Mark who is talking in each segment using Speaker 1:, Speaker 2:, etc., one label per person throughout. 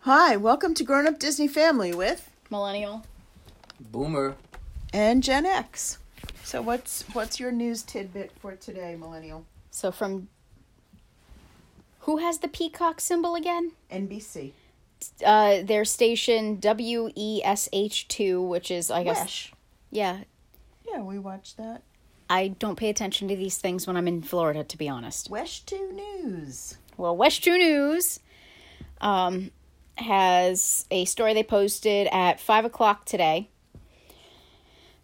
Speaker 1: Hi, welcome to Grown Up Disney Family with
Speaker 2: Millennial.
Speaker 3: Boomer.
Speaker 1: and Gen X. So what's what's your news tidbit for today, millennial?
Speaker 2: So from who has the peacock symbol again?
Speaker 1: NBC.
Speaker 2: Uh, their station W E S H two, which is I guess
Speaker 1: Wish.
Speaker 2: yeah.
Speaker 1: Yeah, we watched that.
Speaker 2: I don't pay attention to these things when I'm in Florida, to be honest.
Speaker 1: Wesh 2 News.
Speaker 2: Well, West True News um, has a story they posted at 5 o'clock today.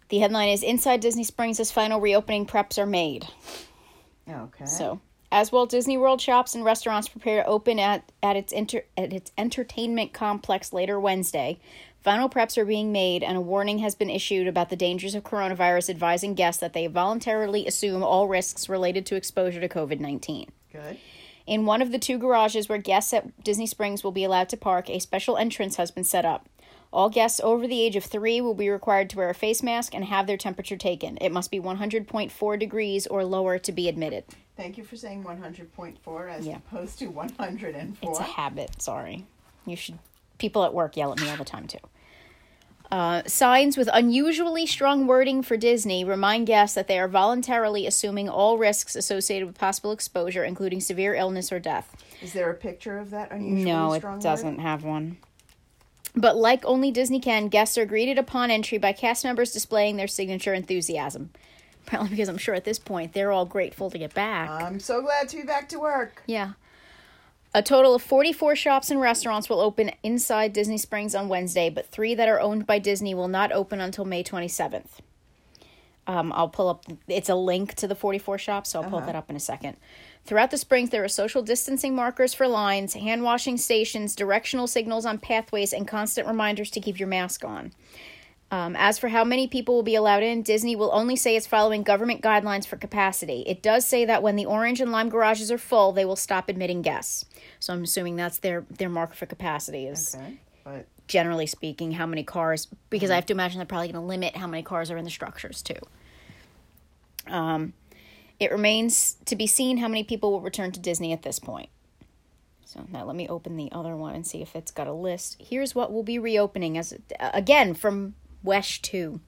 Speaker 2: The headline is Inside Disney Springs as Final Reopening Preps Are Made.
Speaker 1: Okay.
Speaker 2: So, as Walt Disney World shops and restaurants prepare to open at, at its inter, at its entertainment complex later Wednesday, final preps are being made and a warning has been issued about the dangers of coronavirus advising guests that they voluntarily assume all risks related to exposure to COVID-19.
Speaker 1: good.
Speaker 2: In one of the two garages where guests at Disney Springs will be allowed to park, a special entrance has been set up. All guests over the age of three will be required to wear a face mask and have their temperature taken. It must be 100.4 degrees or lower to be admitted.
Speaker 1: Thank you for saying 100.4 as
Speaker 2: Yeah.
Speaker 1: opposed to 104.
Speaker 2: It's a habit, sorry. You should. People at work yell at me all the time, too. Uh, signs with unusually strong wording for Disney remind guests that they are voluntarily assuming all risks associated with possible exposure, including severe illness or death.
Speaker 1: Is there a picture of that unusually
Speaker 2: No, it
Speaker 1: strong word?
Speaker 2: doesn't have one. But like only Disney can, guests are greeted upon entry by cast members displaying their signature enthusiasm. Probably because I'm sure at this point they're all grateful to get back.
Speaker 1: I'm so glad to be back to work.
Speaker 2: Yeah. A total of 44 shops and restaurants will open inside Disney Springs on Wednesday, but three that are owned by Disney will not open until May 27th. Um, I'll pull up, it's a link to the 44 shops, so I'll pull that up in a second. Throughout the Springs, there are social distancing markers for lines, hand washing stations, directional signals on pathways, and constant reminders to keep your mask on. Um, as for how many people will be allowed in, Disney will only say it's following government guidelines for capacity. It does say that when the orange and lime garages are full, they will stop admitting guests. So I'm assuming that's their their mark for capacity is
Speaker 1: Okay. But
Speaker 2: generally speaking how many cars because I have to imagine they're probably going to limit how many cars are in the structures too. Um, it remains to be seen how many people will return to Disney at this point. So now let me open the other one and see if it's got a list. Here's what will be reopening as again from Wesh Two.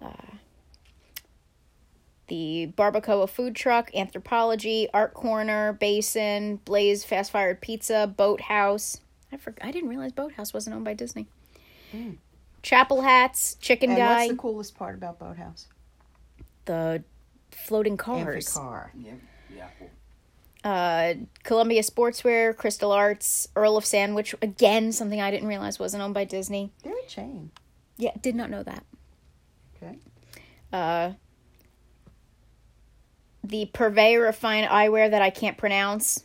Speaker 2: Uh, the Barbacoa food truck, Anthropology, Art Corner, Basin, Blaze Fast Fired Pizza, Boathouse. I forgot. I didn't realize Boathouse wasn't owned by Disney. Chapel Hats, Chicken
Speaker 1: Hmm. and
Speaker 2: Guy,
Speaker 1: what's the coolest part about Boathouse?
Speaker 2: the floating
Speaker 1: Every
Speaker 2: cars,
Speaker 1: car.
Speaker 3: Yeah. The apple.
Speaker 2: uh, Columbia Sportswear, Crystal Arts, Earl of Sandwich. Again, something I didn't realize wasn't owned by Disney.
Speaker 1: They're a chain.
Speaker 2: Yeah, did not know that.
Speaker 1: Okay.
Speaker 2: uh, the purveyor of fine eyewear that I can't pronounce,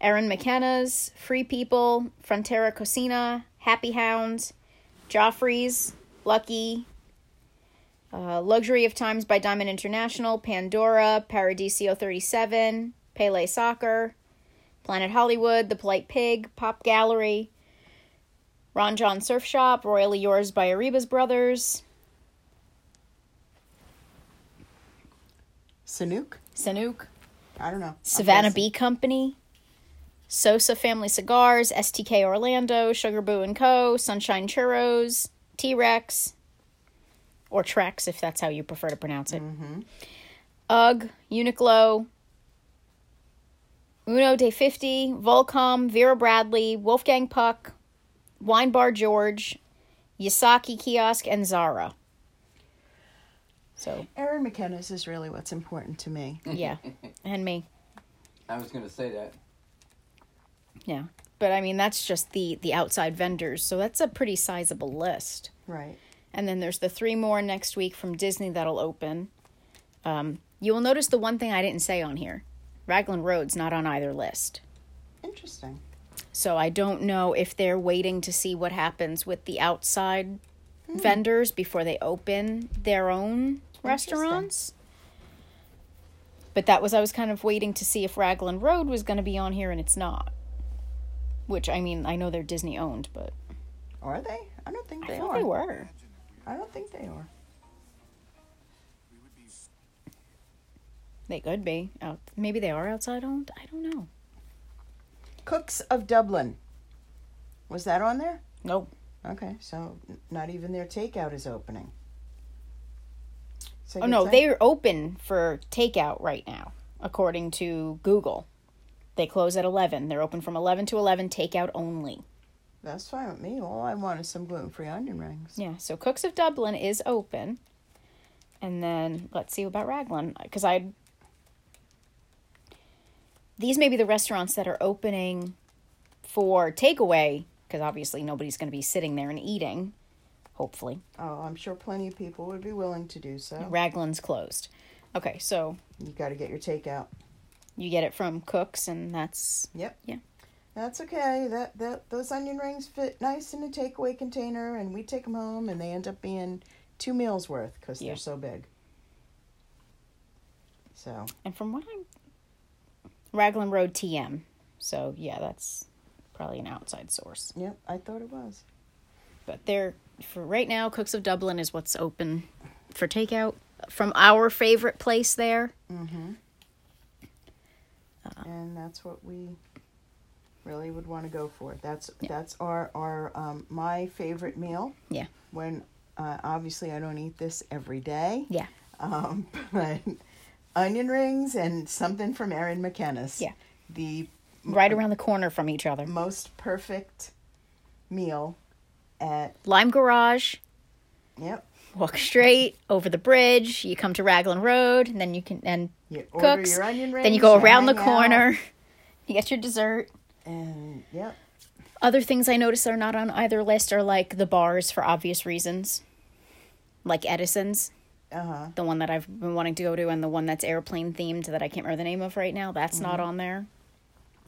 Speaker 2: Erin McKenna's, Free People, Frontera Cocina, Happy Hound, Joffrey's, Lucky, uh, Luxury of Times by Diamond International, Pandora, Paradiso 37, Pele Soccer, Planet Hollywood, The Polite Pig, Pop Gallery, Ron John Surf Shop, Royally Yours by Arriba's Brothers,
Speaker 1: Sanook?
Speaker 2: Sanook,
Speaker 1: I don't know. I'm
Speaker 2: Savannah
Speaker 1: guessing.
Speaker 2: Bee Company, Sosa Family Cigars, STK Orlando, Sugar Boo and Co, Sunshine Churros, T Rex, or Trex if that's how you prefer to pronounce it. UGG, Uniqlo, Uno Day 50, Volcom, Vera Bradley, Wolfgang Puck, Wine Bar George, Yasaki Kiosk, and Zara. So,
Speaker 1: Erin McKenna's is really what's important to me.
Speaker 2: yeah, and me.
Speaker 3: I was gonna say that.
Speaker 2: Yeah. But I mean that's just the the outside vendors. So that's a pretty sizable list.
Speaker 1: Right.
Speaker 2: And then there's the three more next week from Disney that'll open. Um you will notice the one thing I didn't say on here. Raglan Road's not on either list.
Speaker 1: Interesting.
Speaker 2: So I don't know if they're waiting to see what happens with the outside
Speaker 1: Hmm.
Speaker 2: vendors before they open their own restaurants. But that was I was kind of waiting to see if Raglan Road was going to be on here and it's not. Which I mean, I know they're Disney owned, but
Speaker 1: Are they? I don't think they
Speaker 2: I
Speaker 1: are.
Speaker 2: thought they were.
Speaker 1: I don't think they are.
Speaker 2: They could be. Out, maybe they are outside owned. I don't know.
Speaker 1: Cooks of Dublin. Was that on there?
Speaker 2: Nope.
Speaker 1: Okay, so n- not even their takeout is opening. So
Speaker 2: Oh
Speaker 1: you're
Speaker 2: no,
Speaker 1: saying-
Speaker 2: they're open for takeout right now, according to Google. They close at eleven. They're open from eleven to eleven, takeout only.
Speaker 1: That's fine with me. All I want is some gluten free onion rings.
Speaker 2: Yeah, so Cooks of Dublin is open. And then let's see about Raglan cuz I These may be the restaurants that are opening for takeaway cuz obviously nobody's going to be sitting there and eating, hopefully.
Speaker 1: Oh, I'm sure plenty of people would be willing to do so.
Speaker 2: Raglan's closed. Okay, so
Speaker 1: You got to get your takeout.
Speaker 2: you get it from Cooks and that's
Speaker 1: Yep.
Speaker 2: Yeah.
Speaker 1: That's okay. That that those onion rings fit nice in a takeaway container, and we take them home, and they end up being two meals worth because
Speaker 2: Yeah.
Speaker 1: they're so big. So
Speaker 2: and from what I'm Raglan Road TM. So yeah, that's probably an outside source.
Speaker 1: yep, I thought it was.
Speaker 2: but they're for right now cooks of dublin is what's open for takeout from our favorite place there Ah.
Speaker 1: and that's what we really would want to go for. That's that's our our um, my favorite meal.
Speaker 2: yeah
Speaker 1: When uh, obviously I don't eat this every day.
Speaker 2: yeah
Speaker 1: Um, but onion rings and something from Erin McKenna's.
Speaker 2: Yeah.
Speaker 1: The
Speaker 2: right around the corner from each other
Speaker 1: most perfect meal at
Speaker 2: lime garage
Speaker 1: yep.
Speaker 2: walk straight over the bridge you come to raglan road and then you can and
Speaker 1: You order
Speaker 2: cooks
Speaker 1: your onion rings.
Speaker 2: then you go around the
Speaker 1: hang out,
Speaker 2: corner you get your dessert
Speaker 1: and yep.
Speaker 2: other things i notice are not on either list are like the bars for obvious reasons like edison's
Speaker 1: Uh huh.
Speaker 2: the one that I've been wanting to go to and the one that's airplane themed that I can't remember the name of right now. That's not
Speaker 1: Mm-hmm.
Speaker 2: on there.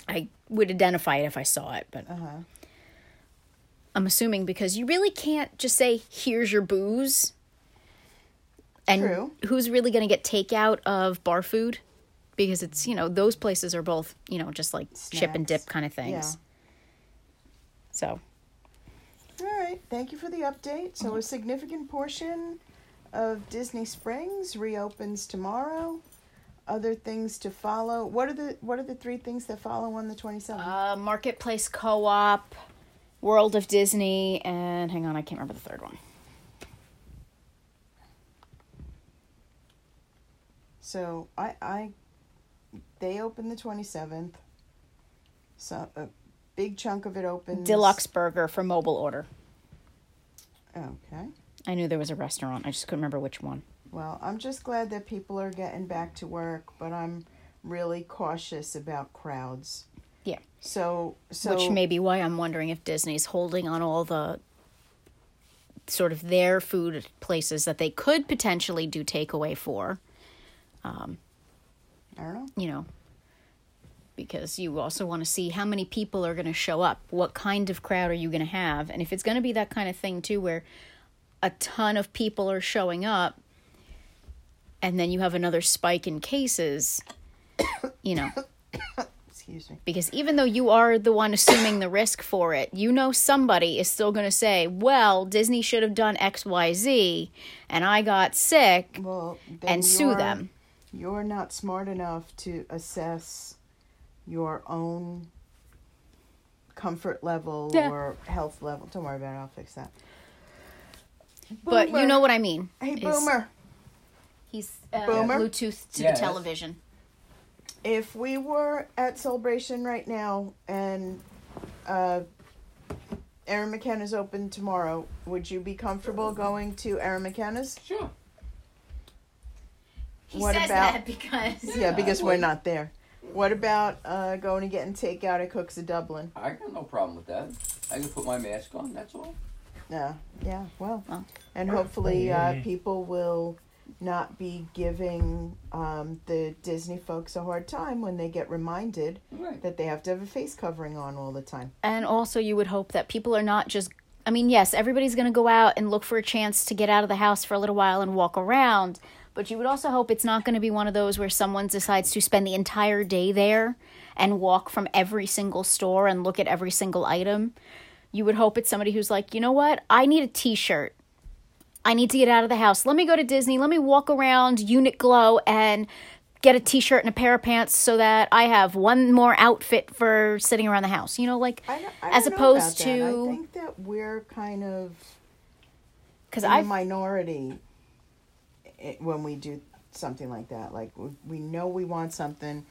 Speaker 2: I would identify it if I saw it, but
Speaker 1: Uh-huh.
Speaker 2: I'm assuming because you really can't just say here's your booze. And
Speaker 1: True.
Speaker 2: who's really going to get takeout of bar food? Because it's, you know, those places are both, you know, just like ship and
Speaker 1: Snacks.
Speaker 2: dip kind of things. So,
Speaker 1: All right. Thank you for the update. So, a significant portion of Disney Springs reopens tomorrow. Other things to follow. What are the What are the three things that follow on the twenty seventh?
Speaker 2: uh, Marketplace Co op, World of Disney, and hang on, I can't remember the third one.
Speaker 1: so, I I they open the twenty seventh. So a big chunk of it opens.
Speaker 2: Deluxe Burger for mobile order.
Speaker 1: Okay.
Speaker 2: I knew there was a restaurant. I just couldn't remember which one.
Speaker 1: Well, I'm just glad that people are getting back to work, but I'm really cautious about crowds.
Speaker 2: Yeah.
Speaker 1: So so
Speaker 2: which may be why I'm wondering if Disney's holding on all the sort of their food places that they could potentially do takeaway for,
Speaker 1: I don't know.
Speaker 2: you know, because you also want to see how many people are going to show up. What kind of crowd are you going to have? And if it's going to be that kind of thing, too, where a ton of people are showing up and then you have another spike in cases, you know.
Speaker 1: Excuse me.
Speaker 2: because even though you are the one assuming the risk for it, you know somebody is still going to say, "Well, Disney should have done XYZ and I got sick."
Speaker 1: Well, then
Speaker 2: And sue
Speaker 1: you're-
Speaker 2: them.
Speaker 1: You're not smart enough to assess your own comfort level
Speaker 2: Yeah.
Speaker 1: or health level. Don't worry about it. I'll fix that.
Speaker 2: But you
Speaker 1: Boomer.
Speaker 2: know what I mean.
Speaker 1: Hey,
Speaker 2: is
Speaker 1: Boomer.
Speaker 2: He's uh,
Speaker 1: Boomer?
Speaker 2: Bluetooth to
Speaker 3: Yes.
Speaker 2: the television.
Speaker 1: If we were at Celebration right now and uh, Aaron McKenna's open tomorrow, would you be comfortable going to Aaron McKenna's?
Speaker 3: Sure.
Speaker 2: He
Speaker 1: What
Speaker 2: says
Speaker 1: about-
Speaker 2: that because
Speaker 1: Yeah,
Speaker 3: I
Speaker 1: because we're
Speaker 3: would.
Speaker 1: not there. What about uh, going and getting takeout at Cooks of Dublin?
Speaker 3: I got no problem with that. I can put my mask on. That's all.
Speaker 1: Yeah, yeah, well.
Speaker 2: Well.
Speaker 1: And hopefully uh, people will not be giving um, the Disney folks a hard time when they get reminded
Speaker 3: Right.
Speaker 1: that they have to have a face covering on all the time.
Speaker 2: and also you would hope that people are not just I mean, yes, everybody's going to go out and look for a chance to get out of the house for a little while and walk around, but you would also hope it's not going to be one of those where someone decides to spend the entire day there and walk from every single store and look at every single item. You would hope it's somebody who's like, "You know what? I need a t-shirt. I need to get out of the house. Let me go to Disney. Let me walk around Unit Glow and get a t-shirt and a pair of pants so that I have one more outfit for sitting around the house. You know, like
Speaker 1: I don't, I
Speaker 2: as
Speaker 1: don't know
Speaker 2: opposed
Speaker 1: about that. I
Speaker 2: to
Speaker 1: think that we're kind of
Speaker 2: because
Speaker 1: in the
Speaker 2: I
Speaker 1: minority i- when we do something like that. Like we, we know we want something,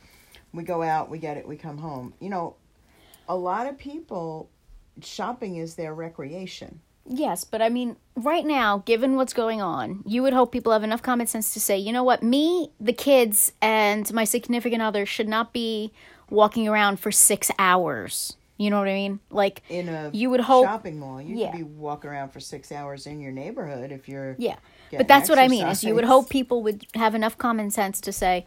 Speaker 1: we go out, we get it, we come home. You know, a lot of people shopping is their recreation.
Speaker 2: yes, but I mean right now, given what's going on, you would hope people have enough common sense to say, you know what, me, the kids, and my significant other should not be walking around for six hours. You know what I mean? Like
Speaker 1: in a
Speaker 2: you would hope
Speaker 1: shopping mall. You
Speaker 2: Yeah.
Speaker 1: could be walking around for six hours in your neighborhood if you're
Speaker 2: Yeah.
Speaker 1: getting
Speaker 2: But that's what I mean. Is you would
Speaker 1: exercise.
Speaker 2: hope people would have enough common sense to say,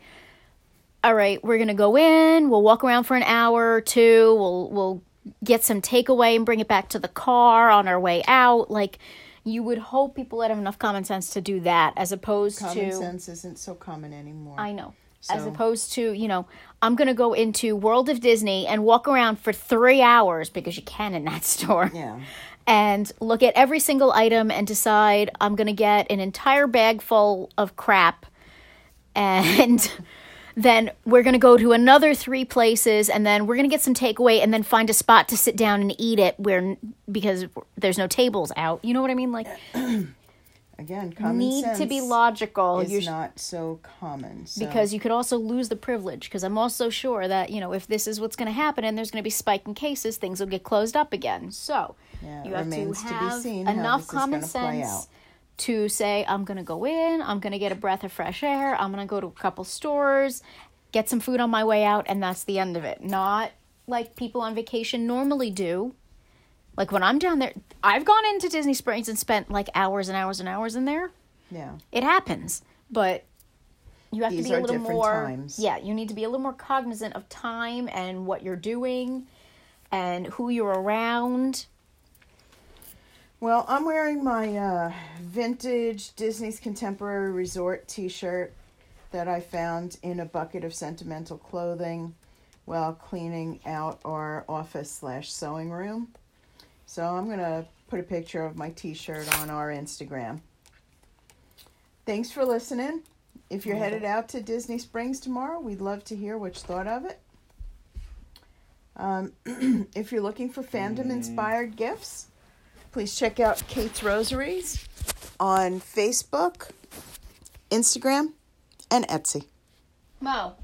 Speaker 2: "All right, we're going to go in, we'll walk around for an hour or two, we'll we'll get some takeaway and bring it back to the car on our way out." Like you would hope people would have enough common sense to do that as opposed
Speaker 1: common
Speaker 2: to
Speaker 1: sense isn't so common anymore.
Speaker 2: I know. As
Speaker 1: So-
Speaker 2: opposed to, you know, I'm going to go into World of Disney and walk around for 3 hours because you can in that store
Speaker 1: Yeah.
Speaker 2: and look at every single item and decide I'm going to get an entire bag full of crap. And then we're going to go to another three places and then we're going to get some takeaway and then find a spot to sit down and eat it where because there's no tables out. You know what I mean? Like
Speaker 1: Again, common
Speaker 2: need
Speaker 1: sense
Speaker 2: to be logical.
Speaker 1: is
Speaker 2: You sh-
Speaker 1: not so common. So
Speaker 2: because you could also lose the privilege because I'm also sure that, you know, if this is what's going to happen and there's going to be spike in cases, things will get closed up again. So,
Speaker 1: Yeah, it
Speaker 2: you have to
Speaker 1: remains to be
Speaker 2: have
Speaker 1: seen how
Speaker 2: enough
Speaker 1: this is
Speaker 2: common
Speaker 1: gonna play out.
Speaker 2: sense to say I'm going to go in, I'm going to get a breath of fresh air, I'm going to go to a couple stores, get some food on my way out and that's the end of it. Not like people on vacation normally do. Like when I'm down there, I've gone into Disney Springs and spent like hours and hours and hours in there
Speaker 1: yeah.
Speaker 2: it happens but you have
Speaker 1: These
Speaker 2: to be
Speaker 1: are
Speaker 2: a little
Speaker 1: different
Speaker 2: more
Speaker 1: times.
Speaker 2: yeah you need to be a little more cognizant of time and what you're doing and who you're around
Speaker 1: Well, I'm wearing my uh, vintage Disney's Contemporary Resort t shirt that I found in a bucket of sentimental clothing while cleaning out our office slash sewing room. So I'm going to put a picture of my t shirt on our Instagram. Thanks for listening. If you're headed out to Disney Springs tomorrow, we'd love to hear what you thought of it. Um, if you're looking for fandom inspired gifts, please check out Kate's Rosaries on Facebook, Instagram, and Etsy.
Speaker 2: mo